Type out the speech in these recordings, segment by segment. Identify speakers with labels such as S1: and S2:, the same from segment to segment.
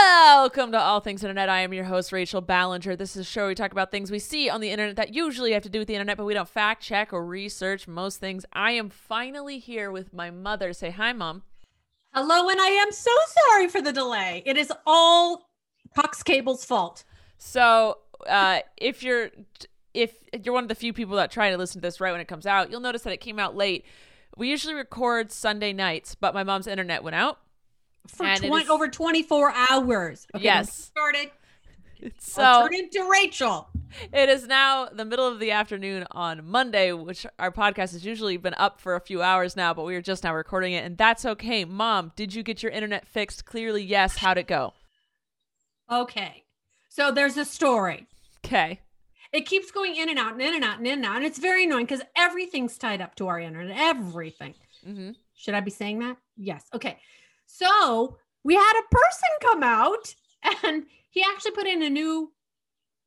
S1: Welcome to All Things Internet. I am your host, Rachel Ballinger. This is a show where we talk about things we see on the internet that usually have to do with the internet, but we don't fact check or research most things. I am finally here with my mother. Say hi, mom.
S2: Hello, and I am so sorry for the delay. It is all Cox Cable's fault.
S1: So, uh, if you're if you're one of the few people that try to listen to this right when it comes out, you'll notice that it came out late. We usually record Sunday nights, but my mom's internet went out.
S2: For
S1: And it
S2: 20,
S1: is-
S2: over 24 hours. Okay,
S1: Yes.
S2: I'm Started. I'll
S1: So
S2: turn into Rachel.
S1: it is now the middle of the afternoon on Monday, which our podcast has usually been up for a few hours now, but we are just now recording it, and that's okay. Mom, did you get your internet fixed? Clearly, yes. How'd it go?
S2: Okay. So there's a story.
S1: Okay.
S2: It keeps going in and out and in and out and in and out. And it's very annoying because everything's tied up to our internet. Everything.
S1: Mm-hmm.
S2: Should I be saying that? Yes. Okay. So we had a person come out and he actually put in a new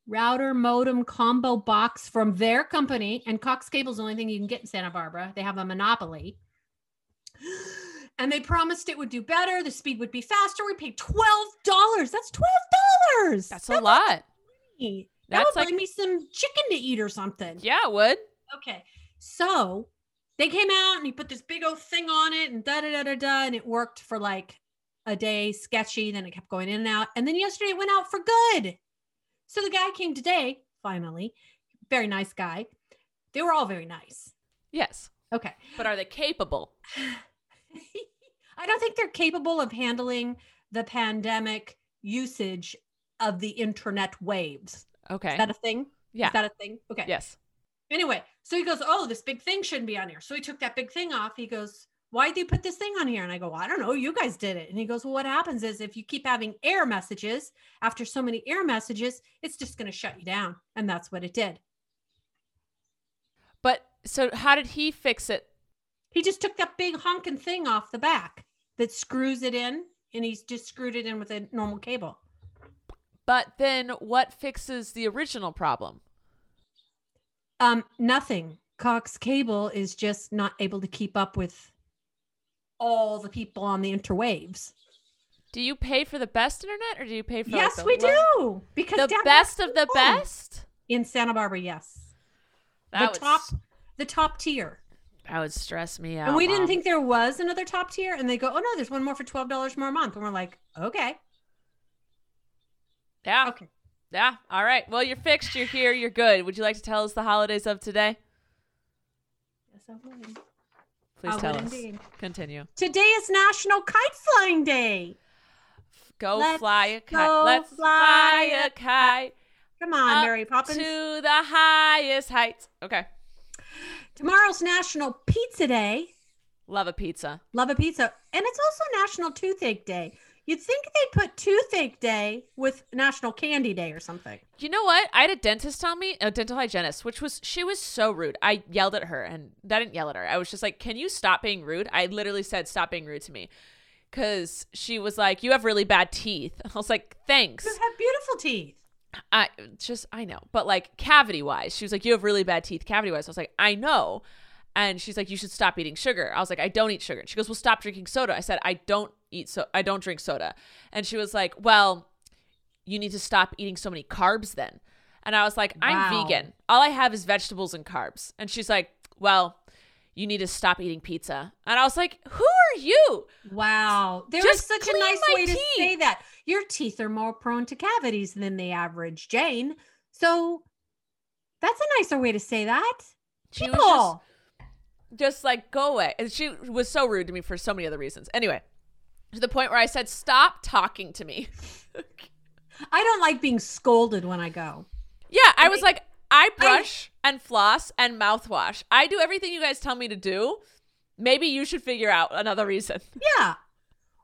S2: router modem combo box from their company. And Cox Cable's the only thing you can get in Santa Barbara. They have a monopoly. And they promised it would do better. The speed would be faster. We paid $12. That's $12.
S1: That's a lot.
S2: That
S1: That's
S2: would
S1: like,
S2: buy me some chicken to eat or something.
S1: yeah, it would.
S2: Okay. So they came out and he put this big old thing on it and da da da da da. And it worked for like a day, sketchy. Then it kept going in and out. And then yesterday it went out for good. So the guy came today, finally. Very nice guy. They were all very nice.
S1: Yes.
S2: Okay.
S1: But are they capable?
S2: I don't think they're capable of handling the pandemic usage of the internet waves.
S1: Okay.
S2: Is that a thing?
S1: yeah.
S2: Is that a thing? Okay.
S1: yes.
S2: Anyway, so he goes, Oh, this big thing shouldn't be on here. So he took that big thing off. He goes, Why'd you put this thing on here? And I go, I don't know. You guys did it. And he goes, Well, what happens is if you keep having error messages after so many error messages, it's just going to shut you down. And that's what it did.
S1: But so how did he fix it?
S2: He just took that big honking thing off the back that screws it in and he's just screwed it in with a normal cable.
S1: But then what fixes the original problem?
S2: Um, nothing. Cox Cable is just not able to keep up with all the people on the interwaves.
S1: Do you pay for the best internet or do you pay for like,
S2: Yes,
S1: the
S2: we
S1: low-
S2: do. Because
S1: The
S2: down
S1: best
S2: there-
S1: of the best?
S2: in Santa Barbara. Yes,
S1: That
S2: the
S1: would
S2: top,
S1: s-
S2: the top tier.
S1: That would stress me out.
S2: and we
S1: Mom.
S2: didn't think there was another top tier. And they go, "Oh no, there's one more for twelve dollars more a month." And we're like, "Okay,
S1: Yeah.
S2: okay."
S1: Yeah. All right. Well, you're fixed. You're here. You're good. Would you like to tell us the holidays of today?
S2: Yes, I would.
S1: Please
S2: I
S1: tell
S2: would
S1: us.
S2: indeed.
S1: Continue.
S2: Today is National Kite Flying Day.
S1: Go
S2: Let's
S1: fly a kite.
S2: go
S1: Let's fly,
S2: fly
S1: a
S2: a
S1: kite
S2: Come on,
S1: Up
S2: Mary Poppins.
S1: to the highest heights. Okay.
S2: Tomorrow's National Pizza Day.
S1: Love a pizza.
S2: Love a pizza. And it's also National Toothache Day. You'd think they'd put Toothache Day with National Candy Day or something.
S1: You know what? I had a dentist tell me, a dental hygienist, which was, she was so rude. I yelled at her and I didn't yell at her. I was just like, can you stop being rude? I literally said, stop being rude to me. Cause she was like, you have really bad teeth. I was like, thanks.
S2: You have beautiful teeth.
S1: I just I know, but like cavity wise, she was like, "You have really bad teeth, cavity wise." I was like, "I know," and she's like, "You should stop eating sugar." I was like, "I don't eat sugar." She goes, "Well, stop drinking soda." I said, "I don't eat so I don't drink soda," and she was like, "Well, you need to stop eating so many carbs then." And I was like, "I'm
S2: Wow.
S1: vegan. All I have is vegetables and carbs." And she's like, "Well." You need to stop eating pizza. And I was like, Who are you?
S2: Wow. There
S1: Just
S2: was such a
S1: clean
S2: nice
S1: my
S2: way to
S1: teeth.
S2: say that. Your teeth are more prone to cavities than the average Jane. So that's a nicer way to say that.
S1: She was
S2: People.
S1: just just like go away. And she was so rude to me for so many other reasons. Anyway, to the point where I said, "Stop talking to me."
S2: I don't like being scolded when I go.
S1: yeah, I was like, I brush and floss and mouthwash. I do everything you guys tell me to do. Maybe you should figure out another reason.
S2: Yeah.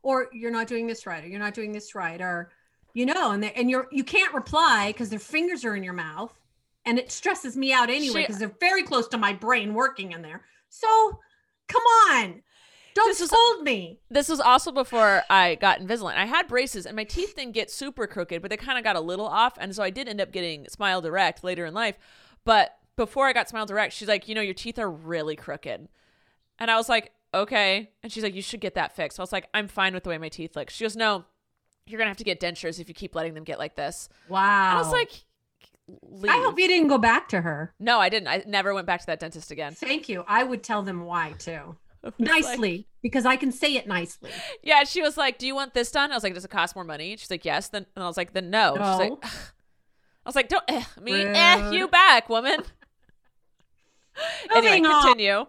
S2: Or you're not doing this right, or you're not doing this right, or you know, and they and you're you can't reply because their fingers are in your mouth, and it stresses me out anyway
S1: She-
S2: because they're very close to my brain working in there. So come on, don't
S1: This is-
S2: scold me.
S1: This was also before I got Invisalign. I had braces and my teeth didn't get super crooked, but they kind of got a little off. And so I did end up getting Smile Direct later in life. But before I got Smile Direct, she's like, you know, your teeth are really crooked. And I was like, okay. And she's like, you should get that fixed. I was like, I'm fine with the way my teeth look. She goes, no, you're going to have to get dentures if you keep letting them get like this.
S2: Wow.
S1: And I was like, leave.
S2: I hope you didn't go back to her.
S1: No, I didn't. I never went back to that dentist again.
S2: Thank you. I would tell them why too.
S1: I was like-
S2: Nicely, because I can say it nicely.
S1: Yeah, she was like, "Do you want this done?" I was like, "Does it cost more money?" She's like, "Yes." Then and I was like, "Then no." Oh, She's like,
S2: No.
S1: "Ugh." "I was like, don't eh, me eh
S2: Rude.
S1: you back, woman." anyway,
S2: Moving on.
S1: continue.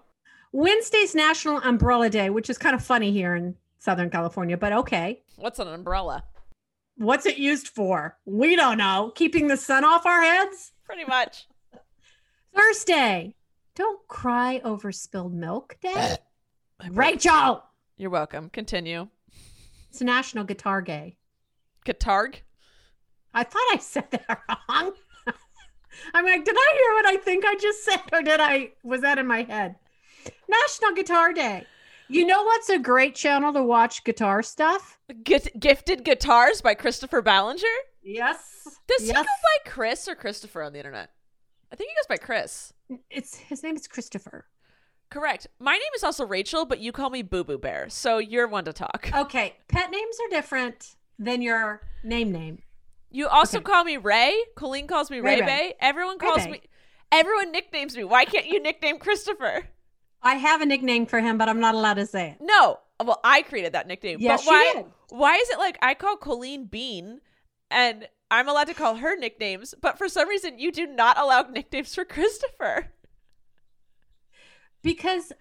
S2: Wednesday's National Umbrella Day, which is kind of funny here in Southern California, but okay.
S1: What's an umbrella?
S2: What's it used for? We don't know. Keeping the sun off our heads?
S1: Pretty much.
S2: Thursday. Don't cry over spilled milk day. Rachel.
S1: You're welcome. Continue.
S2: It's National Guitar Day.
S1: Katarg.
S2: I thought I said that wrong. I'm like, did I hear what I think I just said, or did I was that in my head? National Guitar Day. You know what's a great channel to watch guitar stuff?
S1: Git Gifted Guitars by Christopher Ballinger.
S2: Yes.
S1: Does he
S2: yes.
S1: go by Chris or Christopher on the internet? I think he goes by Chris.
S2: It's his name is Christopher.
S1: Correct. My name is also Rachel, but you call me Boo Boo Bear, so you're one to talk.
S2: Okay, pet names are different than your name name.
S1: You also
S2: Okay.
S1: call me Ray. Colleen calls me Ray,
S2: Ray-Ray.
S1: Bay. Everyone calls
S2: Ray-Bay.
S1: me. Everyone nicknames me. Why can't you nickname Christopher?
S2: I have a nickname for him, but I'm not allowed to say it.
S1: No. Well, I created that nickname.
S2: Yes,
S1: but
S2: you
S1: why?
S2: did.
S1: Why is it like I call Colleen Bean, and I'm allowed to call her nicknames, but for some reason you do not allow nicknames for Christopher?
S2: Because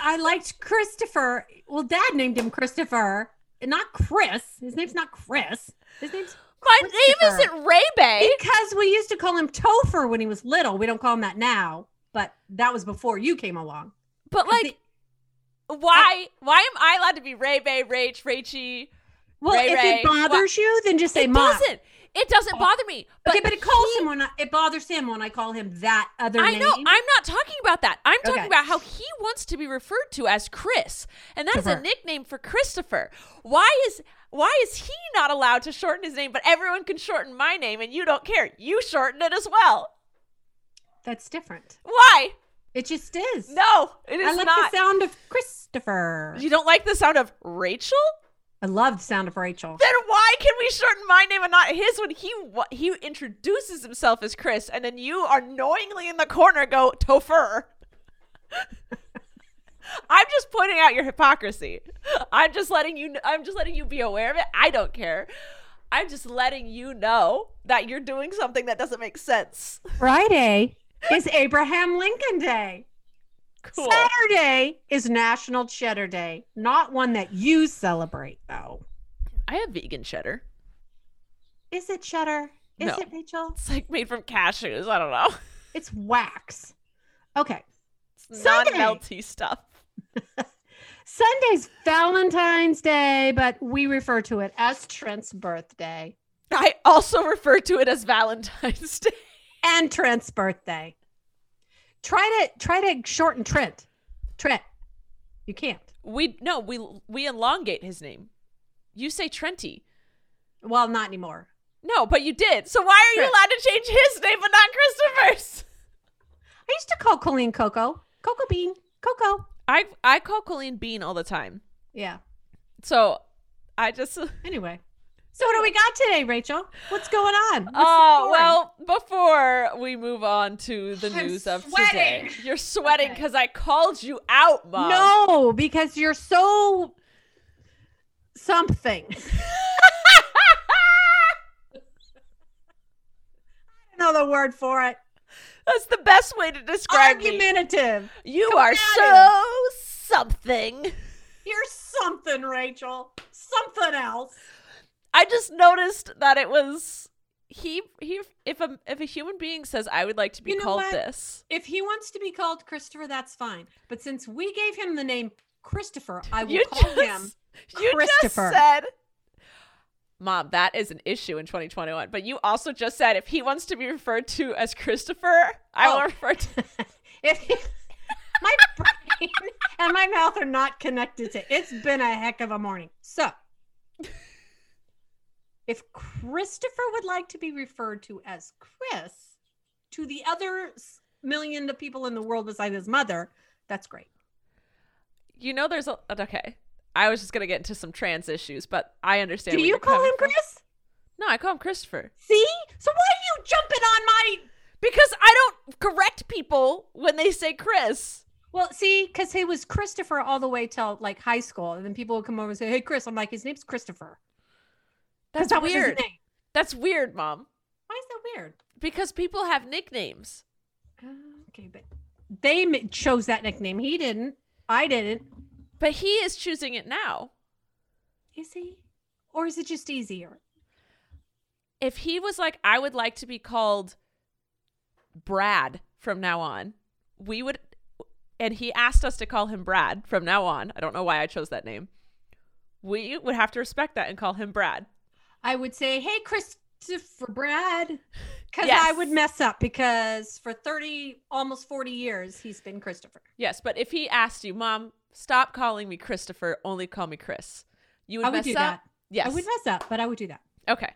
S2: I liked Christopher. Well, dad named him Christopher, not Chris. His name's not Chris. His name's
S1: My name
S2: Christopher.
S1: isn't Ray Bay.
S2: Because we used to call him Topher when he was little. We don't call him that now, but that was before you came along.
S1: But like, why? Why am I allowed to be Ray Bay, Rach, Rachie?
S2: Well,
S1: Ray
S2: if
S1: Ray.
S2: it bothers you, then just say
S1: It
S2: mom.
S1: doesn't. It doesn't bother me. But
S2: okay, but it calls him when I, it bothers him when I call him that other
S1: I
S2: name.
S1: know. I'm not talking about that. I'm talking
S2: Okay.
S1: about how he wants to be referred to as Chris, and that is a
S2: Christopher.
S1: nickname for Christopher. Why is why is he not allowed to shorten his name, but everyone can shorten my name, and you don't care? You shorten it as well.
S2: That's different.
S1: Why?
S2: It just is.
S1: No, it is
S2: I like
S1: not.
S2: the sound of Christopher.
S1: you don't like the sound of Rachel?
S2: I love the sound of Rachel.
S1: Then why can we shorten my name and not his when he wa- he introduces himself as Chris, and then you annoyingly in the corner go Topher? I'm just pointing out your hypocrisy. I'm just letting you. kn- I'm just letting you be aware of it. I don't care. I'm just letting you know that you're doing something that doesn't make sense.
S2: Friday is Abraham Lincoln Day.
S1: Cool.
S2: Saturday is National Cheddar Day. Not one that you celebrate, though.
S1: I have vegan cheddar.
S2: Is it cheddar? Is
S1: No.
S2: it Rachel?
S1: It's like made from cashews. I don't know.
S2: It's wax. Okay.
S1: It's
S2: Sunday.
S1: non melty stuff.
S2: Sunday's Valentine's Day, but we refer to it as Trent's birthday
S1: I also refer to it as Valentine's Day.
S2: and Trent's birthday. Try to try to shorten Trent. Trent. You can't.
S1: We no, we we elongate his name. You say Trenty.
S2: Well, not anymore.
S1: No, but you did. So why are you
S2: Trent.
S1: allowed to change his name but not Christopher's?
S2: I used to call Colleen Coco. Coco Bean. Coco.
S1: I I call Colleen Bean all the time.
S2: Yeah.
S1: So I just
S2: Anyway. So what do we got today, Rachel? What's going on? What's the
S1: Oh,
S2: story?
S1: well, before we move on to the
S3: I'm
S1: news of
S3: sweating.
S1: today. You're sweating
S2: Okay.
S1: cuz I called you out, mom.
S2: No, because you're so something. I don't know the word for it.
S1: That's the best way to describe me.
S2: Argumentative.
S1: You
S2: Come
S1: are
S2: at
S1: so something.
S2: You're something, Rachel. Something else.
S1: I just noticed that it was he he if a if a human being says I would like to be
S2: You know
S1: called
S2: what?
S1: this.
S2: If he wants to be called Christopher, that's fine. But since we gave him the name Christopher, I will
S1: You
S2: call
S1: just
S2: him.
S1: you just
S2: Christopher.
S1: said Mom, that is an issue in 2021. But you also just said if he wants to be referred to as Christopher, I
S2: Oh.
S1: will refer to
S2: If he, my brain and my mouth are not connected to it's been a heck of a morning. So if Christopher would like to be referred to as Chris to the other s- million of people in the world besides his mother, that's great.
S1: You know there's a okay. I was just gonna get into some trans issues, but I understand.
S2: Do
S1: where
S2: you
S1: you're
S2: call
S1: coming
S2: him
S1: from.
S2: Chris?
S1: No, I call him Christopher.
S2: See? So why are you jumping on my
S1: Because I don't correct people when they say Chris.
S2: Well, see, because he was Christopher all the way till like high school, and then people would come over and say, "Hey, Chris," I'm like, "His name's Christopher." 'Cause
S1: That's
S2: that was his
S1: weird.
S2: name.
S1: That's weird, Mom.
S2: Why is that weird?
S1: Because people have nicknames. Uh,
S2: Okay, but they m- chose that nickname. He didn't. I didn't.
S1: But he is choosing it now.
S2: Is he? Or is it just easier?
S1: If he was like, I would like to be called Brad from now on, we would and he asked us to call him Brad from now on. I don't know why I chose that name. We would have to respect that and call him Brad.
S2: I would say, "Hey, Christopher Brad," because I
S1: Yes.
S2: would mess up because for thirty, almost forty years, he's been Christopher.
S1: Yes, but if he asked you, Mom, stop calling me Christopher, only call me Chris, you would
S2: I would
S1: mess
S2: do
S1: up.
S2: that.
S1: Yes.
S2: I would mess up, but I would do that.
S1: okay.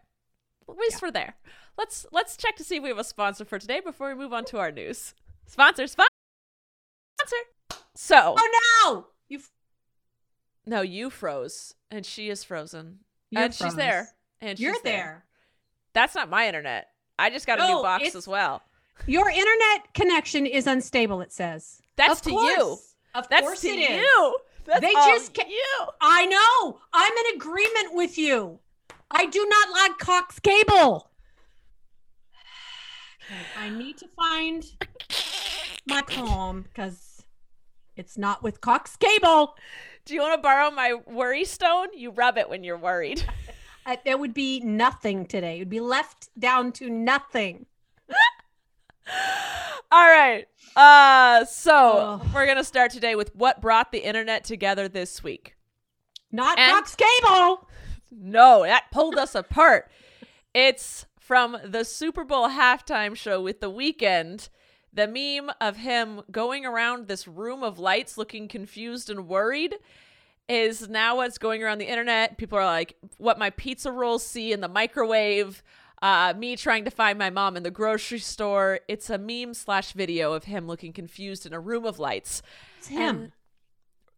S1: At least we're there. Let's let's check to see if we have a sponsor for today before we move on to our news. Sponsor, sponsor. So
S2: Oh no! You. f-
S1: no, you froze, and she is frozen,
S2: You're
S1: and she's
S2: froze.
S1: there, and
S2: You're
S1: she's
S2: there.
S1: That's not my internet. I just got a
S2: No,
S1: new box
S2: it's-
S1: as well.
S2: Your internet connection is unstable, it says.
S1: That's to you.
S2: course. Of
S1: That's
S2: course
S1: to
S2: it is.
S1: you. That's
S2: They
S1: all
S2: just ca-
S1: you.
S2: I know. I'm in agreement with you. I do not like Cox Cable. Okay, I need to find my calm because it's not with Cox Cable.
S1: Do you want to borrow my worry stone? You rub it when you're worried.
S2: Uh, there would be nothing today. It would be left down to nothing.
S1: All right. Uh, so
S2: Ugh.
S1: we're gonna start today with what brought the internet together this week.
S2: Not
S1: And-
S2: Cox Cable.
S1: No, that pulled us apart. It's from the Super Bowl halftime show with The Weeknd. The meme of him going around this room of lights looking confused and worried is now what's going around the internet. People are like, what my pizza rolls see in the microwave, uh, me trying to find my mom in the grocery store. It's a meme slash video of him looking confused in a room of lights.
S2: It's him.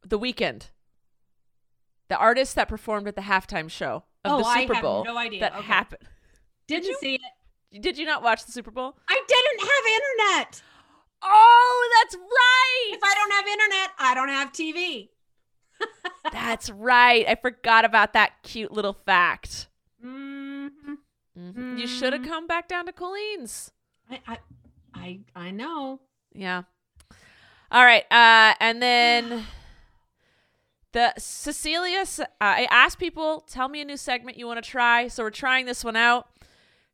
S1: The Weeknd, the artist that performed at the halftime show of
S2: Oh,
S1: the
S2: I
S1: Super
S2: have
S1: Bowl.
S2: no idea.
S1: That
S2: Okay.
S1: happened.
S2: Didn't
S1: you-
S2: see it.
S1: Did you not watch the Super Bowl?
S2: I didn't have internet.
S1: Oh, that's right.
S2: If I don't have internet, I don't have TV.
S1: that's right. I forgot about that cute little fact.
S2: Mhm.
S1: Mhm. You should have
S2: Mhm.
S1: come back down to Colleen's.
S2: I, I, I, I know.
S1: Yeah. All right. Uh, and then the Cecilia, s- uh, I asked people, tell me a new segment you want to try. So we're trying this one out.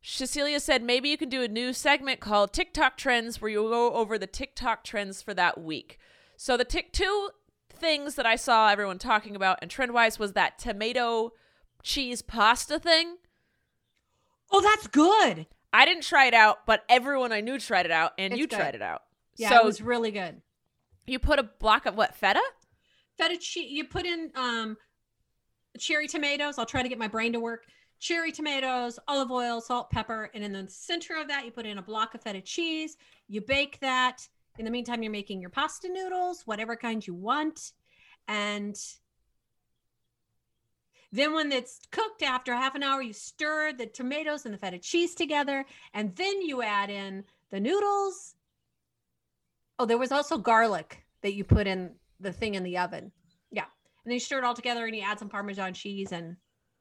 S1: Cecilia said, maybe you can do a new segment called TikTok Trends where you go over the TikTok trends for that week. So the tick two things that I saw everyone talking about and trend wise was that tomato cheese pasta thing.
S2: Oh, that's good.
S1: I didn't try it out, but everyone I knew tried it out, and
S2: It's
S1: you
S2: good.
S1: tried it out.
S2: Yeah,
S1: so
S2: it was really good.
S1: you put a block of what feta?
S2: Feta cheese. You put in um, cherry tomatoes. I'll try to get my brain to work. Cherry tomatoes, olive oil, salt, pepper, and in the center of that, you put in a block of feta cheese. You bake that. In the meantime, you're making your pasta noodles, whatever kind you want, and then when it's cooked after half an hour, you stir the tomatoes and the feta cheese together, and then you add in the noodles. Oh, there was also garlic that you put in the thing in the oven. Yeah. And then you stir it all together and you add some Parmesan cheese and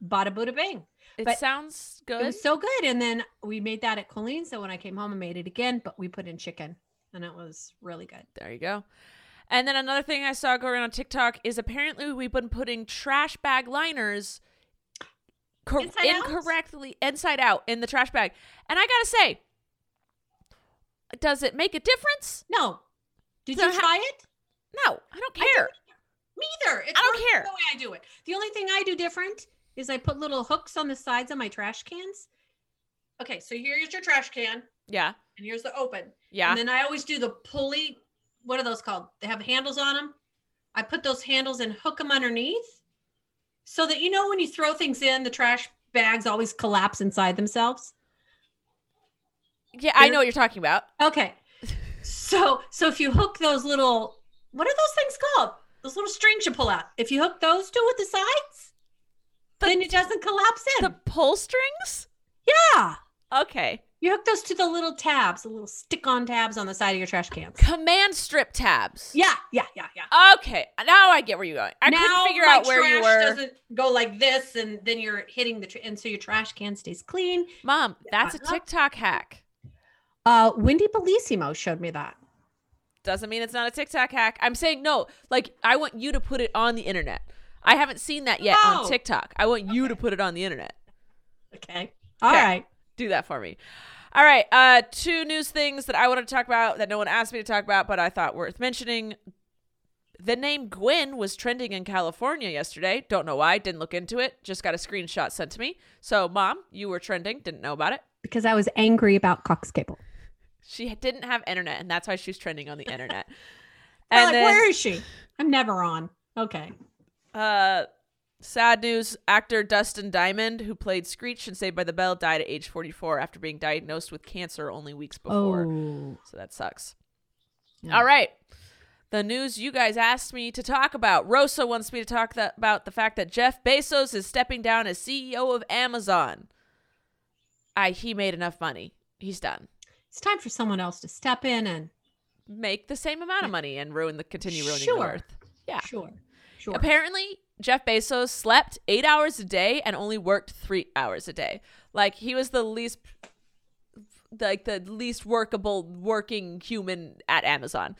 S2: bada bada bing.
S1: It
S2: But-
S1: sounds
S2: It
S1: good.
S2: was so good. And then we made that at Colleen. So when I came home, I made it again, but we put in chicken and it was really good.
S1: there you go. And then another thing I saw going around on TikTok is apparently we've been putting trash bag liners cor-
S2: Inside out?
S1: incorrectly inside out in the trash bag. And I gotta say, does it make a difference?
S2: No. Did
S1: So
S2: you
S1: how-
S2: try it?
S1: No, I don't
S2: I don't
S1: care.
S2: Me either. It's
S1: I don't
S2: working
S1: care.
S2: The way I do it. The only thing I do different is I put little hooks on the sides of my trash cans. Okay, so here's your trash can, and
S1: yeah,
S2: here's the open.
S1: yeah.
S2: And then I always do the pulley. What are those called? They have handles on them. I put those handles and hook them underneath, so that you know when you throw things in, the trash bags always collapse inside themselves.
S1: yeah, I
S2: there-
S1: know what you're talking about.
S2: Okay. So so if you hook those little what are those things called? Those little strings you pull out. If you hook those two at the sides,
S1: The-
S2: then it doesn't collapse in.
S1: The pull strings?
S2: yeah.
S1: Okay.
S2: You hook those to the little tabs, the little stick-on tabs on the side of your trash cans.
S1: Command strip tabs.
S2: Yeah, yeah, yeah, yeah.
S1: Okay. Now I get where you're going. I couldn't figure
S2: my
S1: out where you
S2: trash
S1: were.
S2: Doesn't go like this, and then you're hitting the tr- and so your trash can stays clean.
S1: Mom, that's a
S2: Uh-huh.
S1: TikTok hack.
S2: Uh, Wendy Bellissimo showed me that.
S1: Doesn't mean it's not a TikTok hack. I'm saying no. Like I want you to put it on the internet. I haven't seen that yet on
S2: Oh.
S1: TikTok. I want you to put it on the internet.
S2: Okay, all
S1: Okay.
S2: right.
S1: Do that for me. All right. Uh, two news things that I wanted to talk about that no one asked me to talk about, but I thought worth mentioning. The name Gwen was trending in California yesterday. Don't know why. Didn't look into it. Just got a screenshot sent to me. So, mom, you were trending. Didn't know about it.
S2: Because I was angry about Cox Cable.
S1: She didn't have internet, and that's why she's trending on the internet.
S2: And
S1: and
S2: like,
S1: then,
S2: where is she? I'm never on. Okay.
S1: uh, sad news: actor Dustin Diamond, who played Screech in Saved by the Bell, died at age 44 after being diagnosed with cancer only weeks before.
S2: Oh.
S1: So that sucks.
S4: Yeah.
S1: All right. The news you guys asked me to talk about. Rosa wants me to talk tha- about the fact that Jeff Bezos is stepping down as CEO of Amazon. I he made enough money. He's done.
S2: It's time for someone else to step in and
S1: Make the same amount of money and ruin the continue ruining the
S2: Sure.
S1: earth. Yeah.
S2: sure. Sure.
S1: Apparently, Jeff Bezos slept eight hours a day and only worked three hours a day. Like he was the least, like the least workable working human at Amazon.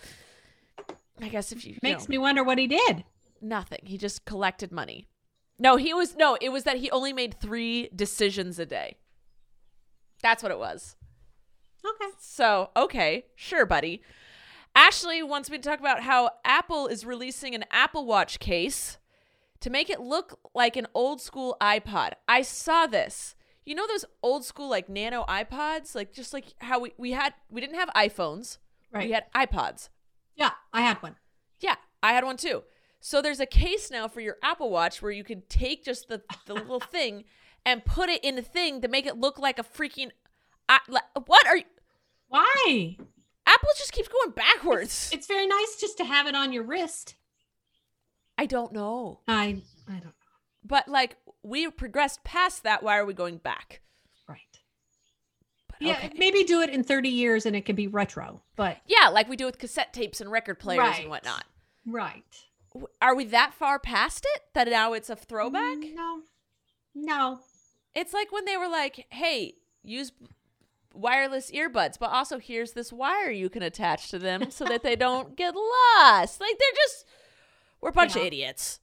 S1: I guess if you, you
S2: Makes
S1: know,
S2: me wonder what he did.
S1: nothing, he just collected money. No, he was no. It was that he only made three decisions a day. That's what it was.
S2: Okay.
S1: So, okay, sure, buddy. Ashley wants me to talk about how Apple is releasing an Apple Watch case to make it look like an old school iPod. I saw this. You know those old school like nano iPods? Like just like how we, we had we didn't have iPhones.
S2: Right.
S1: We had iPods.
S2: yeah, I had one.
S1: Yeah, I had one too. So there's a case now for your Apple Watch where you can take just the, the little thing and put it in the thing to make it look like a freaking I, like, what are you
S2: Why?
S1: Apple just keeps going backwards.
S2: It's very nice just to have it on your wrist.
S1: I don't know.
S2: I I don't know.
S1: But like we progressed past that. Why are we going back?
S2: Right.
S1: But
S2: Yeah,
S1: okay.
S2: maybe do it in 30 years and it can be retro, but
S1: yeah, like we do with cassette tapes and record players
S2: Right.
S1: and whatnot.
S2: right.
S1: W- Are we that far past it that now it's a throwback?
S2: No. No.
S1: It's like when they were like, "Hey, use wireless earbuds, but also here's this wire you can attach to them so that they don't get lost." Like they're just we're a bunch of
S2: Yeah.
S1: idiots.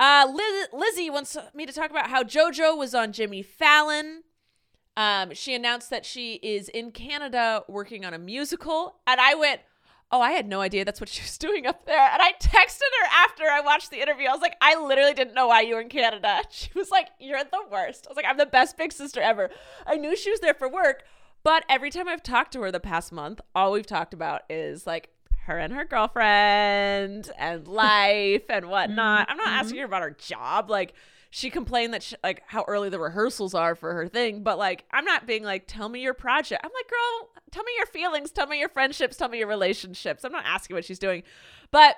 S1: Uh, Liz- Lizzie wants me to talk about how JoJo was on Jimmy Fallon. Um, she announced that she is in Canada working on a musical, and I went, oh, I had no idea that's what she was doing up there. And I texted her after I watched the interview. I was like, I literally didn't know why you were in Canada. She was like, you're the worst. I was like, I'm the best big sister ever. I knew she was there for work, but every time I've talked to her the past month, all we've talked about is like her and her girlfriend and life and whatnot. I'm not asking her about her job. Like, she complained that she, like how early the rehearsals are for her thing but like i'm not being like tell me your project i'm like girl tell me your feelings tell me your friendships tell me your relationships i'm not asking what she's doing but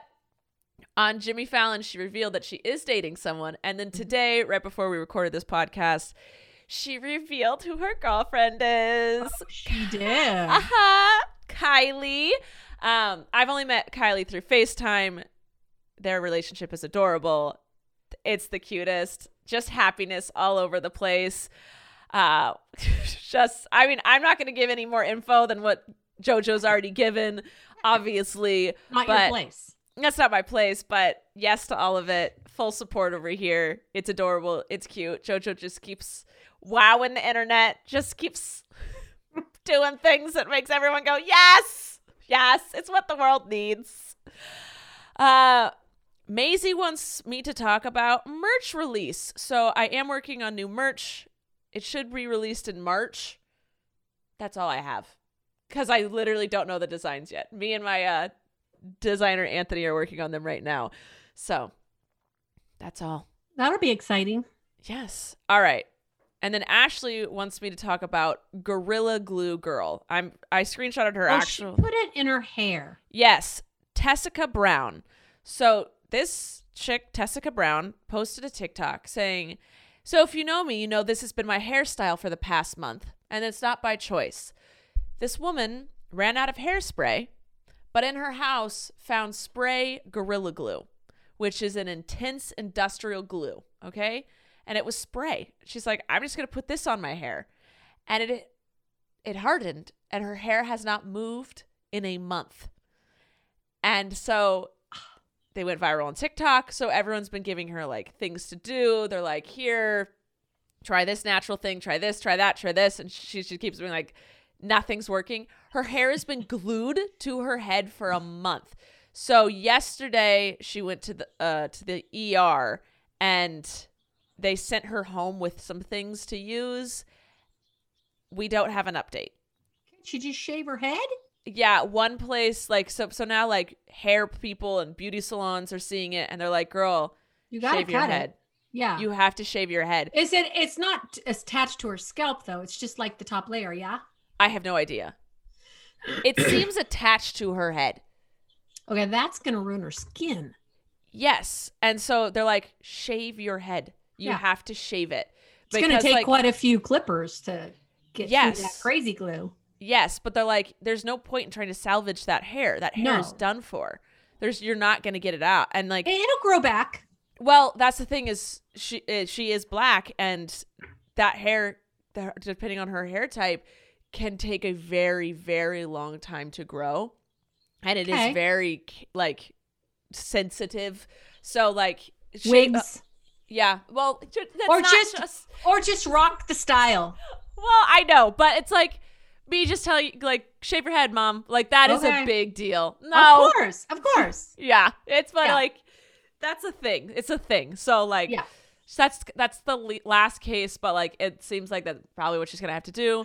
S1: on jimmy fallon she revealed that she is dating someone and then today right before we recorded this podcast she revealed who her girlfriend is
S2: Oh, She did.
S1: uh-huh kylie um i've only met kylie through facetime their relationship is adorable it's the cutest just happiness all over the place uh just i mean i'm not going to give any more info than what jojo's already given obviously
S2: Not
S1: but
S2: your place.
S1: that's not my place but yes to all of it full support over here it's adorable it's cute jojo just keeps wowing the internet just keeps doing things that makes everyone go yes yes it's what the world needs uh Maisie wants me to talk about merch release. So I am working on new merch. It should be released in March. That's all I have. Cuz I literally don't know the designs yet. Me and my uh designer Anthony are working on them right now. So that's all.
S2: That'll be exciting.
S1: Yes. All right. And then Ashley wants me to talk about Gorilla Glue Girl. I'm I screenshotted her
S2: Oh, she
S1: actual
S2: put it in her hair.
S1: Yes, Tessica Brown. So this chick, Tessica Brown, posted a TikTok saying, So if you know me, you know this has been my hairstyle for the past month, and it's not by choice. This woman ran out of hairspray, but in her house found spray Gorilla Glue, which is an intense industrial glue, okay? And it was spray. She's like, I'm just gonna put this on my hair. And it it hardened, and her hair has not moved in a month. And so they went viral on TikTok. So everyone's been giving her like things to do. They're like, here, try this natural thing, try this, try that, try this. And she, she keeps being like, nothing's working. Her hair has been glued to her head for a month. So yesterday she went to the uh, to the ER and they sent her home with some things to use. We don't have an update.
S2: Can't she just shave her head?
S1: Yeah, one place like so so now like hair people and beauty salons are seeing it and they're like, "Girl,
S2: You gotta
S1: shave
S2: cut
S1: your
S2: it.
S1: head.
S2: Yeah.
S1: You have to shave your head."
S2: Is it? It's not attached to her scalp though. It's just like the top layer. Yeah.
S1: I have no idea. It seems attached to her head.
S2: Okay, that's gonna ruin her skin.
S1: Yes. And so they're like, "Shave your head. You
S2: Yeah.
S1: have to shave it."
S2: It's gonna take
S1: like,
S2: quite a few clippers to get through that
S1: Yes.
S2: crazy glue.
S1: Yes, but they're like, there's no point in trying to salvage that hair. That hair is
S2: No.
S1: done for. There's you're not gonna get it out. And like,
S2: It- It'll grow back.
S1: Well, that's the thing is she uh, she is black, and that hair, the- depending on her hair type, can take a very very long time to grow, and it is
S2: Okay.
S1: very like sensitive. So like she- uh,
S2: Wigs,
S1: yeah. Well, ju- that's
S2: Or
S1: not
S2: just-
S1: just
S2: or just rock the style.
S1: well, I know, but it's like me just tell you like shave your head, mom. Like that is
S2: Okay.
S1: a big deal. No,
S2: Of course, of course.
S1: yeah, it's but
S2: Yeah.
S1: like that's a thing. It's a thing. So like
S2: Yeah.
S1: so that's that's the le- last case, but like it seems like that's probably what she's gonna have to do.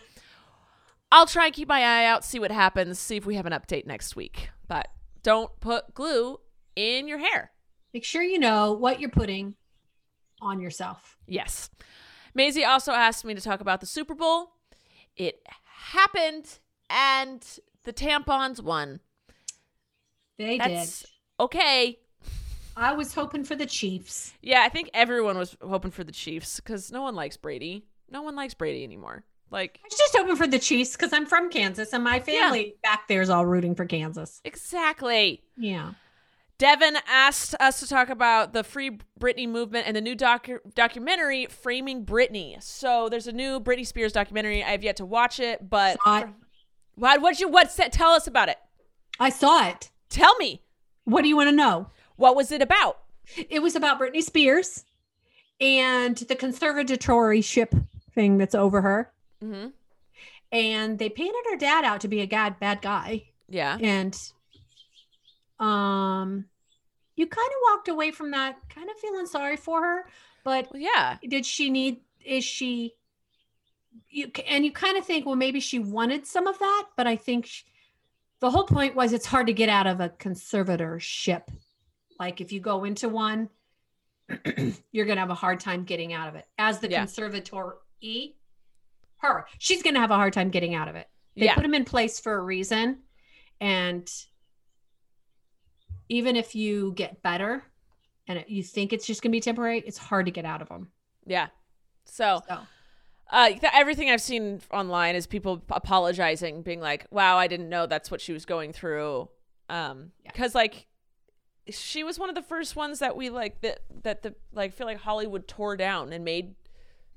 S1: I'll try and keep my eye out, see what happens, see if we have an update next week. But don't put glue in your hair.
S2: Make sure you know what you're putting on yourself.
S1: Yes. Maisie also asked me to talk about the Super Bowl. It happened, and the tampons won.
S2: They
S1: That's
S2: did.
S1: okay.
S2: I was hoping for the Chiefs.
S1: Yeah, I think everyone was hoping for the Chiefs because no one likes Brady. No one likes Brady anymore. Like,
S2: I was just hoping for the Chiefs because I'm from Kansas and my family back there is all rooting for Kansas.
S1: exactly.
S2: Yeah.
S1: Devin asked us to talk about the Free Britney movement and the new docu- documentary, Framing Britney. So there's a new Britney Spears documentary. I have yet to watch it, but
S2: Saw it.
S1: what? What'd you? What? sa- Tell us about it.
S2: I saw it.
S1: Tell me.
S2: What do you want to know?
S1: What was it about?
S2: It was about Britney Spears and the conservatoryship thing that's over her.
S1: Mm-hmm.
S2: And they painted her dad out to be a god, bad guy.
S1: Yeah.
S2: And Um, you kind of walked away from that kind of feeling sorry for her, but
S1: Well, yeah.
S2: did she need is she you and you kind of think well maybe she wanted some of that but i think sh the whole point was it's hard to get out of a conservatorship like if you go into one you're going to have a hard time getting out of it as the
S1: Yeah.
S2: conservator e her she's going to have a hard time getting out of it they
S1: yeah.
S2: put them in place for a reason and even if you get better and it, you think it's just going to be temporary it's hard to get out of them
S1: yeah. So,
S2: so
S1: uh, th- everything I've seen online is people apologizing, being like, "Wow, I didn't know that's what she was going through," because
S2: Yeah.
S1: like she was one of the first ones that we like that that the like feel like Hollywood tore down and made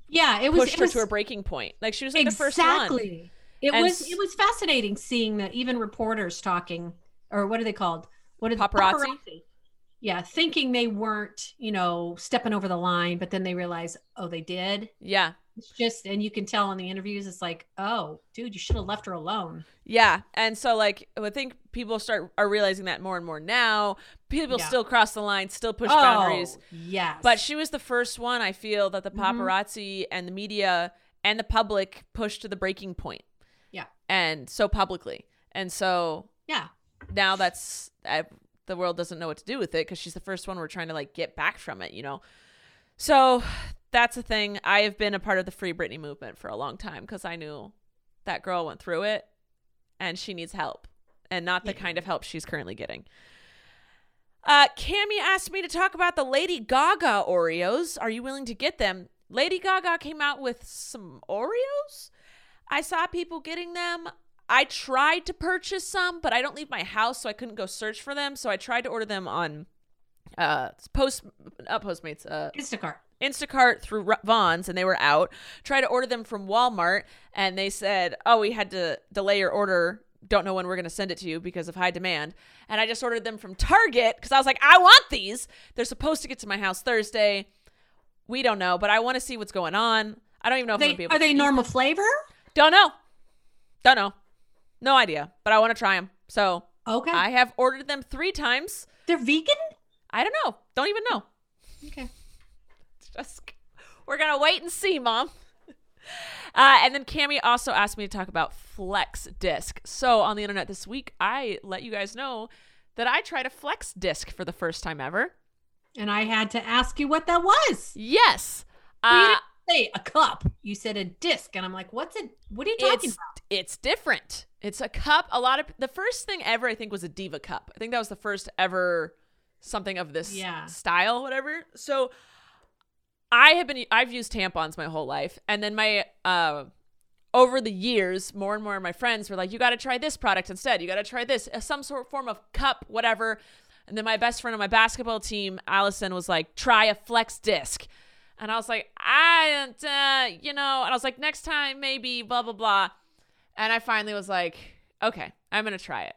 S2: yeah it was
S1: pushed
S2: it
S1: her
S2: was
S1: to her breaking point. Like she was like the first one.
S2: exactly it
S1: And
S2: was
S1: s-
S2: it was fascinating seeing that even reporters talking or what are they called what are the
S1: Paparazzi?
S2: yeah thinking they weren't you know stepping over the line but then they realize oh they did
S1: Yeah.
S2: it's just and you can tell in the interviews it's like oh dude you should have left her alone
S1: Yeah, and so like I would think people start are realizing that more and more now. People
S2: Yeah.
S1: still cross the line, still push
S2: oh, Mm-hmm.
S1: boundaries.
S2: yes
S1: But she was the first one I feel that the paparazzi and the media and the public pushed to the breaking point.
S2: Yeah.
S1: And so publicly. And so
S2: yeah
S1: now that's I, the world doesn't know what to do with it because she's the first one we're trying to like get back from it, you know. So that's the thing. I have been a part of the Free Britney movement for a long time because I knew that girl went through it and she needs help and not the kind of help she's currently getting. Uh, Cammy asked me to talk about the Lady Gaga Oreos. Are you willing to get them? Lady Gaga came out with some Oreos. I saw people getting them. I tried to purchase some, but I don't leave my house, so I couldn't go search for them. So I tried to order them on uh post not Postmates, uh
S2: instacart
S1: Instacart through Ru- Vons and they were out. Tried to order them from Walmart and they said, "Oh, we had to delay your order. Don't know when we're going to send it to you because of high demand." And I just ordered them from Target cuz I was like, "I want these. They're supposed to get to my house Thursday. We don't know, but I want to see what's going on. I don't even know if I'm
S2: they,
S1: gonna be able
S2: are
S1: to
S2: they
S1: eat
S2: normal flavor
S1: Don't know. Don't know. No idea, but I want to try them." So,
S2: okay
S1: I have ordered them 3 times.
S2: they're vegan
S1: I don't know. Don't even know.
S2: okay
S1: just we're gonna wait and see mom uh, and then cami also asked me to talk about flex disk so on the internet this week i let you guys know that i tried a flex disk for the first time ever
S2: and i had to ask you what that was
S1: yes
S2: Well, you
S1: uh,
S2: didn't say a cup. You said a disc, and I'm like, what's it? What are you talking
S1: it's it's different it's a cup a lot of the first thing ever i think was a diva cup i think that was the first ever something of this
S2: Yeah.
S1: style whatever so i have been i've used tampons my whole life and then my uh over the years, more and more of my friends were like, "You got to try this product instead. You got to try this, uh, some sort form of cup, whatever." And then my best friend on my basketball team, Allison, was like, "Try a flex disc," and I was like, "I, uh, you know," and I was like, "Next time, maybe." Blah blah blah. And I finally was like, "Okay, I'm gonna try it.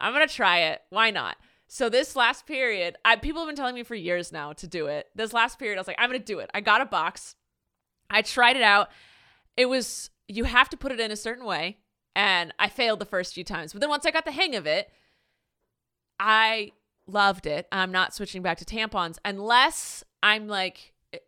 S1: I'm gonna try it. Why not?" So this last period, I, people have been telling me for years now to do it. This last period, I was like, "I'm gonna do it." I got a box. I tried it out it was you have to put it in a certain way and i failed the first few times but then once i got the hang of it i loved it i'm not switching back to tampons unless i'm like eh,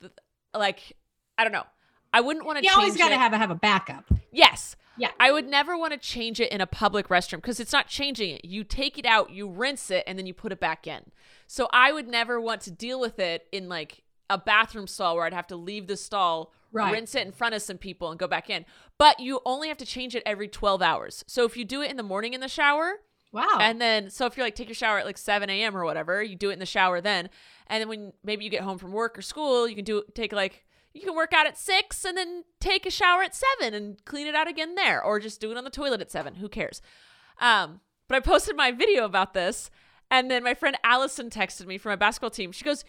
S1: th- like i don't know i wouldn't want to
S2: about? You always got
S1: it.
S2: to have a have a backup.
S1: yes
S2: Yeah.
S1: i would never want to change it in a public restroom because it's not changing it you take it out you rinse it and then you put it back in so i would never want to deal with it in like a bathroom stall where i'd have to leave the stall
S2: Right.
S1: rinse it in front of some people and go back in. But you only have to change it every 12 hours. So if you do it in the morning in the shower,
S2: Wow.
S1: and then so if you're like take your shower at like 7 a.m. or whatever, you do it in the shower then. And then when maybe you get home from work or school, you can do take like you can work out at six and then take a shower at seven and clean it out again there, or just do it on the toilet at seven. Who cares? Um, but I posted my video about this, and then my friend Allison texted me from my basketball team. She goes,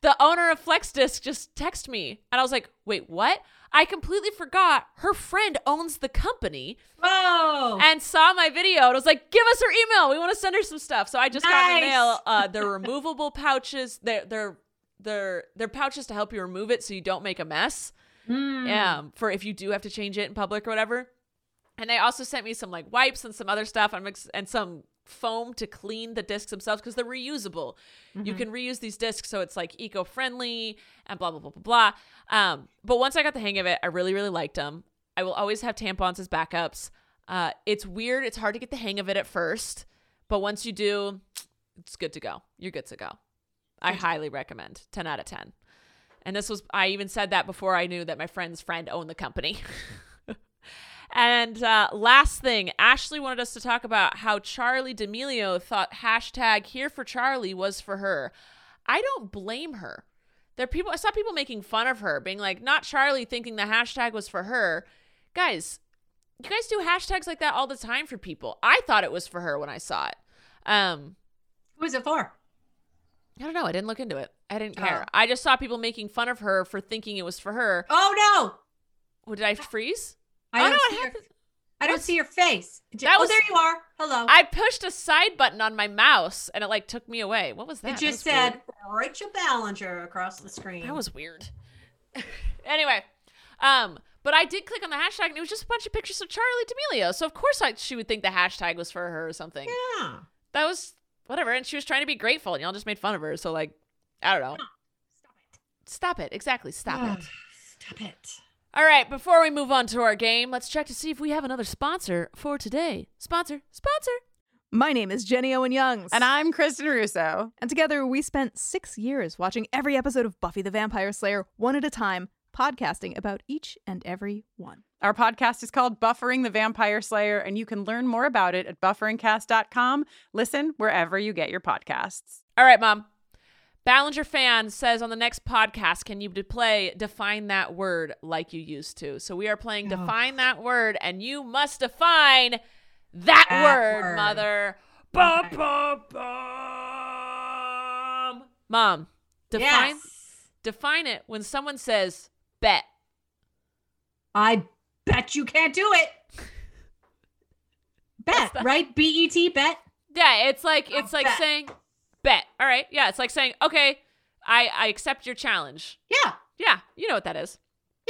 S1: the owner of FlexDisc just texted me. And I was like, wait, what? I completely forgot her friend owns the company
S2: Whoa.
S1: and saw my video and was like, give us her email. We want to send her some stuff. So I just got in the
S2: Nice.
S1: mail uh, their removable pouches. They're, they're, they're, they're pouches to help you remove it so you don't make a mess
S2: Mm.
S1: um, for if you do have to change it in public or whatever. And they also sent me some like wipes and some other stuff. I'm ex- and some foam to clean the discs themselves because they're reusable. You
S2: Mhm.
S1: can reuse these discs, so it's like eco friendly and blah blah blah blah blah. Um, but once I got the hang of it, I really really liked them. I will always have tampons as backups. Uh, it's weird. It's hard to get the hang of it at first, but once you do, it's good to go. You're good to go. I highly recommend. Ten out of ten. And this was I even said that before I knew that my friend's friend owned the company. And uh, last thing, Ashley wanted us to talk about how Charlie D'Amelio thought hashtag here for Charlie was for her. I don't blame her. There are people I saw people making fun of her, being like, not Charlie thinking the hashtag was for her. Guys, you guys do hashtags like that all the time for people. I thought it was for her when I saw it. Um,
S2: Who is it for?
S1: I don't know. I didn't look into it. I didn't care.
S2: Oh.
S1: I just saw people making fun of her for thinking it was for her.
S2: Oh no!
S1: Well, did I freeze?
S2: I
S1: oh no,
S2: don't see
S1: it
S2: your,
S1: happened.
S2: I don't
S1: What's-
S2: see your face. J-
S1: That
S2: oh,
S1: was-
S2: there you are. Hello.
S1: I pushed a side button on my mouse and it like took me away. What was that?
S2: it
S1: That
S2: just
S1: was weird.
S2: said Rachel Ballinger across the screen.
S1: that was weird. anyway, um, but I did click on the hashtag and it was just a bunch of pictures of Charlie D'Amelio. So of course I, she would think the hashtag was for her or something.
S2: yeah.
S1: That was whatever, and she was trying to be grateful, and y'all just made fun of her. So like, I don't know.
S2: Stop it.
S1: Stop it. Exactly. Stop it.
S2: Stop it.
S1: All right, before we move on to our game, let's check to see if we have another sponsor for today. Sponsor, sponsor.
S3: My name is Jenny Owen Youngs.
S5: And I'm Kristen Russo.
S3: And together we spent six years watching every episode of Buffy the Vampire Slayer one at a time, podcasting about each and every one.
S5: Our podcast is called Buffering the Vampire Slayer, and you can learn more about it at bufferingcast.com. Listen wherever you get your podcasts.
S1: All right, mom. Ballinger fan says on the next podcast, can you de- play define that word like you used to? So we are playing
S2: Oh.
S1: define that word, and you must define that,
S2: That
S1: word,
S2: word.
S1: mother. Bum,
S2: Okay.
S1: bum, bum. Mom, define
S2: Yes.
S1: define it when someone says bet.
S2: I bet you can't do it. Bet,
S1: That's the-
S2: right? B E T bet.
S1: Yeah, it's like it's like
S2: Oh, bet.
S1: saying bet. All right, yeah, it's like saying okay, I I accept your challenge.
S2: Yeah.
S1: Yeah, you know what that is.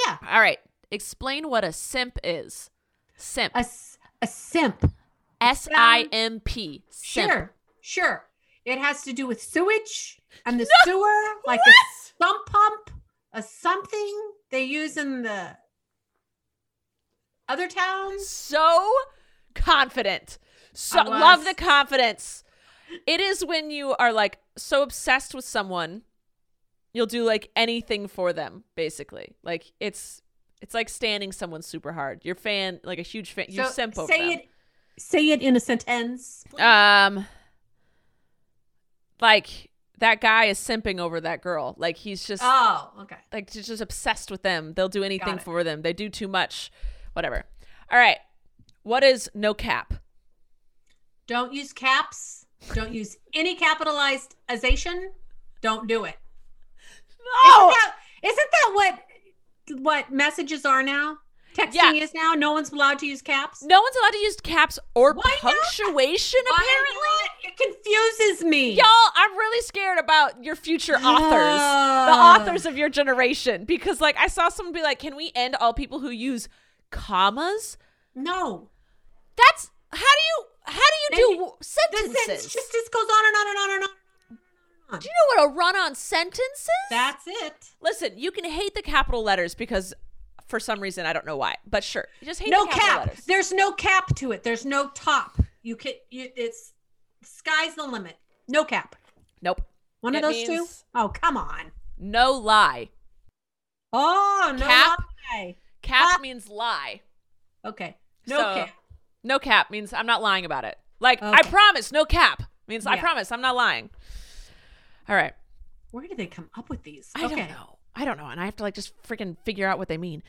S2: Yeah.
S1: All right. Explain what a simp is. Simp.
S2: A, s- a simp.
S1: S I M P. Simp.
S2: Sure. Sure. It has to do with sewage and the sewer, like a sump pump, a something they use in the other towns.
S1: So confident. So
S2: I was.
S1: love the confidence. It is when you are like so obsessed with someone, you'll do like anything for them, basically. Like it's it's like standing someone super hard. You're fan like a huge fan. You're
S2: So
S1: simp over
S2: say
S1: them.
S2: it. Say it in a sentence. please.
S1: Um, like that guy is simping over that girl. Like he's just
S2: oh, okay.
S1: like he's just obsessed with them. They'll do anything
S2: it.
S1: for them. They do too much, whatever. All right, what is no cap?
S2: Don't use caps. Don't use any capitalization. Don't do it. Isn't that, isn't that what what messages are now? Texting
S1: Yeah.
S2: is now. No one's allowed to use caps.
S1: No one's allowed to use caps or
S2: Why not?
S1: punctuation. Apparently,
S2: Why not? It confuses me.
S1: y'all, I'm really scared about your future authors. the
S2: Ah.
S1: authors of your generation because like i saw someone be like can we end all people who use commas
S2: No.
S1: That's how do you how do you
S2: Maybe-
S1: do
S2: The
S1: sentences?
S2: sentence just, just goes on and on and on and on.
S1: do you know what a run-on sentence is?
S2: That's it.
S1: Listen, you can hate the capital letters because for some reason I don't know why, but sure, you just hate
S2: No
S1: the capital
S2: cap.
S1: letters.
S2: There's no cap to it. There's no top. You can. You, it's sky's the limit. No cap.
S1: Nope,
S2: One
S1: It
S2: of those two.
S1: means-
S2: Oh come on.
S1: no lie.
S2: Oh no.
S1: Cap?
S2: lie.
S1: Cap
S2: Ah.
S1: means lie.
S2: Okay. No
S1: So-
S2: cap.
S1: No cap means I'm not lying about it. Like I
S2: Okay.
S1: promise, no cap means I
S2: Yeah.
S1: promise I'm not lying. All right,
S2: Where do they come up with these?
S1: I don't know. I don't know, and I have to like just freaking figure out what they mean.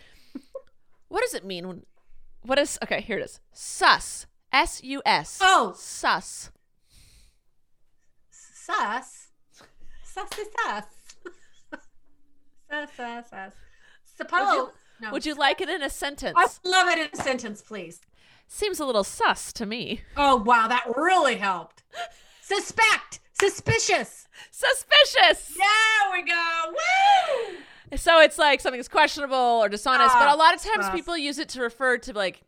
S1: what does it mean when? What is okay? Here it is. Sus. S U S.
S2: Oh.
S1: sus.
S2: Sus. Sus is sus. sus, sus, sus. Suppose. no.
S1: Would you like it in a sentence?
S2: I would love it in a sentence, please.
S1: Seems a little sus to me.
S2: Oh, wow. That really helped. Suspect. Suspicious.
S1: Suspicious.
S2: There we go. Woo!
S1: So it's like something's questionable or dishonest, but a
S2: Ah,
S1: lot of times
S2: sus.
S1: people use it to refer to like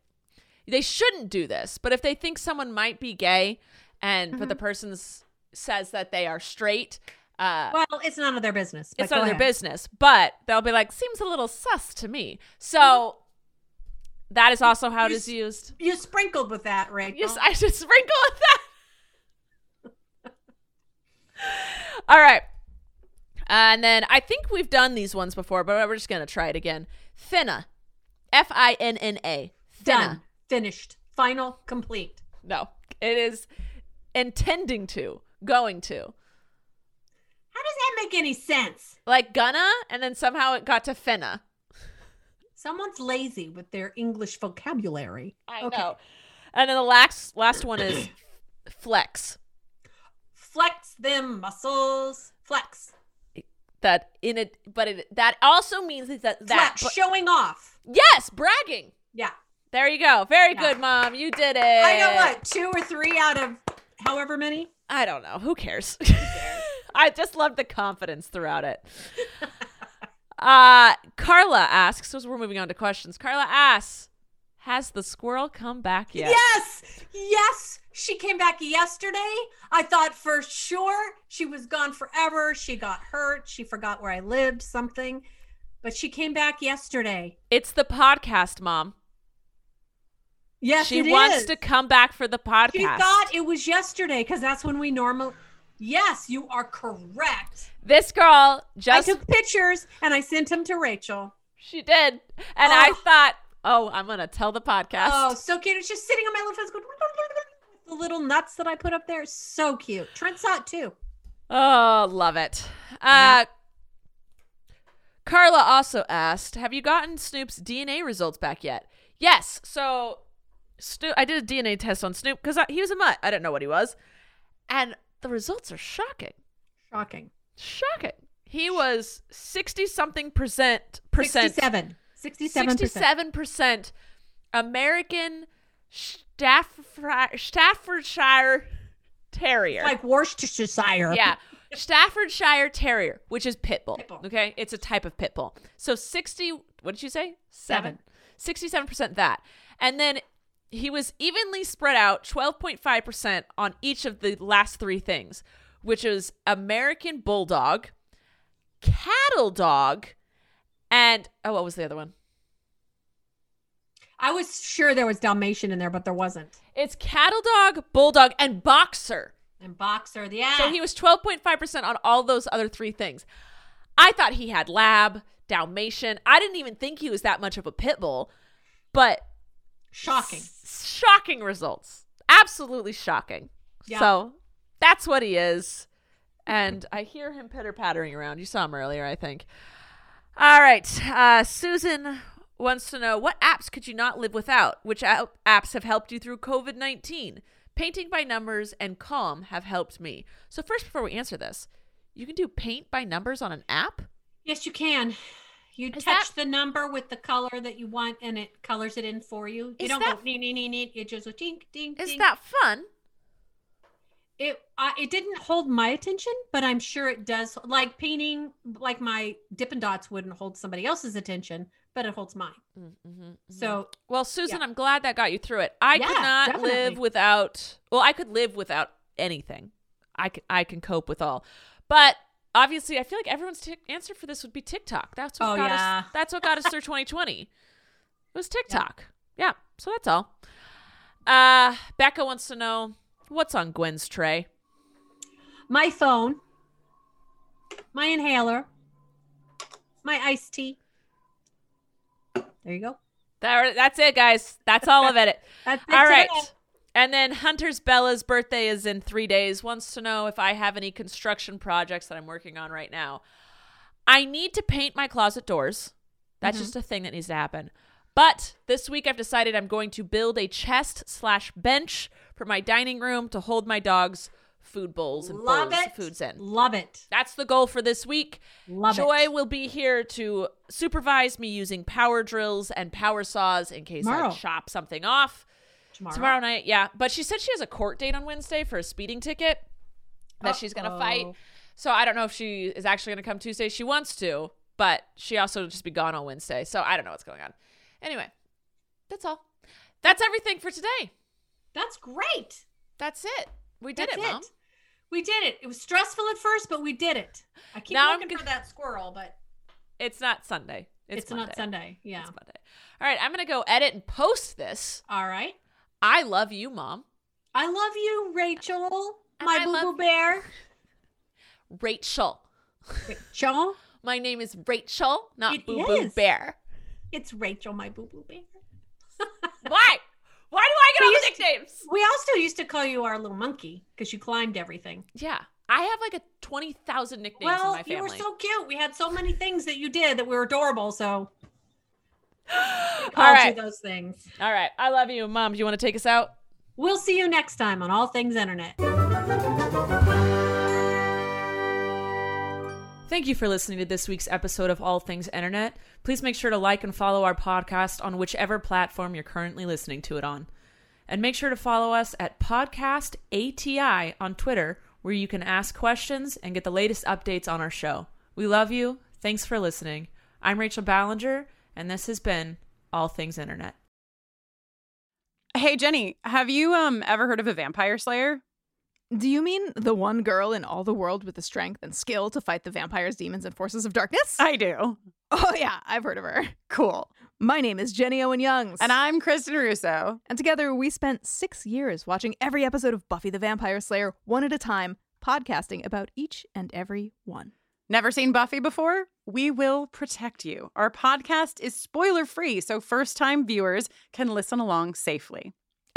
S1: they shouldn't do this, but if they think someone might be gay and but the
S2: Mm-hmm.
S1: person s- says that they are straight. Uh,
S2: Well, it's none of their business. but
S1: it's none
S2: go
S1: of their
S2: ahead.
S1: business, but they'll be like, seems a little sus to me. So that is also how it
S2: You
S1: is
S2: s-
S1: used.
S2: You sprinkled with that, right?
S1: Yes, I should sprinkle with that. All right. And then I think we've done these ones before, but we're just going to try it again. Finna. F I N N A.
S2: Done. Finished. Final. Complete.
S1: No, it is intending to, going to.
S2: How does that make any sense?
S1: Like gonna, and then somehow it got to finna.
S2: Someone's lazy with their English vocabulary.
S1: I know. And then the last last one is flex.
S2: Flex them muscles. Flex.
S1: That in it, but it that also means that that, that
S2: Flex. Showing off.
S1: but- yes, bragging.
S2: Yeah.
S1: There you go. Very
S2: Yeah.
S1: good, mom. You did it.
S2: I know what. Two or three out of however many.
S1: I don't know. Who cares? I just love the confidence throughout it. uh, Carla asks, so we're moving on to questions. Carla asks, has the squirrel come back yet?
S2: Yes. Yes. She came back yesterday. I thought for sure she was gone forever. She got hurt. She forgot where I lived, something. But she came back yesterday.
S1: It's the podcast, mom.
S2: Yes,
S1: she
S2: it
S1: wants
S2: is.
S1: to come back for the podcast.
S2: She thought it was yesterday because that's when we normally. Yes, you are correct.
S1: this girl just
S2: I took pictures and I sent them to Rachel.
S1: she did. And I
S2: Oh.
S1: thought, "Oh, I'm going to tell the podcast."
S2: Oh, so cute. It's just sitting on my left foot. going, The little nuts that I put up there. So cute. Trent saw it too.
S1: Oh, love it. Uh,
S2: Yeah.
S1: Carla also asked, "Have you gotten Snoop's DNA results back yet?" Yes. So, Snoop, I did a DNA test on Snoop because he was a mutt. I didn't know what he was, and the results are shocking.
S2: Shocking.
S1: Shocking. He was sixty something percent percent
S2: 67. 67
S1: 67 percent American Staffordshire, Staffordshire Terrier.
S2: Like Worcestershire.
S1: Yeah. Staffordshire Terrier, which is pit bull.
S2: Pit bull.
S1: Okay. It's a type of pit bull. So 60, what did you say?
S2: Seven.
S1: 67% that. And then he was evenly spread out 12.5% on each of the last three things, which is American Bulldog, Cattle Dog, and oh, what was the other one?
S2: I was sure there was Dalmatian in there, but there wasn't.
S1: It's Cattle Dog, Bulldog, and Boxer.
S2: And Boxer. Yeah.
S1: So he was 12.5% on all those other three things. I thought he had lab, Dalmatian. I didn't even think he was that much of a pit bull, but
S2: Shocking.
S1: s- shocking results. Absolutely shocking.
S2: Yeah.
S1: So that's what he is. And I hear him pitter pattering around. You saw him earlier, I think. All right. Uh, Susan wants to know what apps could you not live without? Which app- apps have helped you through COVID 19? Painting by numbers and Calm have helped me. So, first, before we answer this, you can do paint by numbers on an app?
S2: Yes, you can. You
S1: Is
S2: touch
S1: that-
S2: the number with the color that you want, and it colors it in for you. You
S1: Is
S2: don't
S1: that-
S2: go nee nee nee nee. It just goes tink tink.
S1: Is
S2: tink.
S1: that fun?
S2: it? Uh, it didn't hold my attention, but I'm sure it does. Like painting, like my Dippin' Dots wouldn't hold somebody else's attention, but it holds mine.
S1: Mm-hmm,
S2: So
S1: Well, Susan, I'm glad that got you through it. I could
S2: Yeah,
S1: not
S2: definitely.
S1: live without. Well, I could live without anything. I can, I can cope with all, but obviously, I feel like everyone's tic- answer for this would be TikTok. That's what
S2: Oh,
S1: got
S2: yeah.
S1: us. That's what got us through 2020. It was TikTok. Yeah. So that's all. Uh, Becca wants to know what's on Gwen's tray.
S2: my phone, my inhaler, my iced tea. There you go.
S1: There, that's it, guys. That's all of it.
S2: That's it
S1: All
S2: today.
S1: right. And then Hunter's Bella's birthday is in three days. Wants to know if I have any construction projects that I'm working on right now. I need to paint my closet doors. That's
S2: Mm-hmm.
S1: just a thing that needs to happen. But this week I've decided I'm going to build a chest slash bench for my dining room to hold my dog's food bowls and
S2: Love
S1: bowls
S2: it.
S1: of foods in.
S2: Love it.
S1: That's the goal for this week.
S2: Love it.
S1: Joy will be here to supervise me using power drills and power saws in case I
S2: Tomorrow.
S1: chop something off. Tomorrow night, yeah. But she said she has a court date on Wednesday for a speeding ticket that she's going to fight.
S2: Uh-oh.
S1: So I don't know if she is actually going to come Tuesday. She wants to, but she also will just be gone on Wednesday. So I don't know what's going on. Anyway, that's all. That's everything for today.
S2: That's great.
S1: That's it. We did it,
S2: That's
S1: mom.
S2: We did it. It was stressful at first, but we did it. I keep
S1: Now I'm
S2: looking for that squirrel, but
S1: It's not Sunday. It's,
S2: it's,
S1: Monday.
S2: not Sunday. Yeah.
S1: It's Monday. All right, I'm gonna go edit and post this.
S2: All right.
S1: I love you, mom.
S2: I love you, Rachel,
S1: And
S2: my
S1: I
S2: boo
S1: love-
S2: boo bear.
S1: Rachel.
S2: Rachel,
S1: My name is Rachel, not
S2: It
S1: Boo Boo
S2: is.
S1: Bear.
S2: it's Rachel, my boo boo bear.
S1: Why? Why do I get
S2: We
S1: all the
S2: used to-
S1: nicknames?
S2: We also used to call you our little monkey because you climbed everything.
S1: Yeah, I have like a twenty thousand nicknames in
S2: well,
S1: my family.
S2: you were so cute. We had so many things that you did that were adorable. So we called
S1: right.
S2: you those things.
S1: all right, I love you, mom. Do you want to take us out?
S2: We'll see you next time on All Things Internet.
S1: Thank you for listening to this week's episode of All Things Internet. Please make sure to like and follow our podcast on whichever platform you're currently listening to it on. And make sure to follow us at Podcast ATI on Twitter, where you can ask questions and get the latest updates on our show. We love you. Thanks for listening. I'm Rachel Ballinger, and this has been All Things Internet.
S5: Hey Jenny, have you um ever heard of a vampire slayer?
S3: Do you mean the one girl in all the world with the strength and skill to fight the vampires, demons, and forces of darkness?
S5: I do.
S3: oh, yeah, I've heard of her.
S5: Cool.
S3: My name is Jenny Owen Youngs.
S5: And I'm Kristen Russo.
S3: And together we spent six years watching every episode of Buffy the Vampire Slayer one at a time, podcasting about each and every one.
S5: Never seen Buffy before? We will protect you. Our podcast is spoiler free, so first time viewers can listen along safely.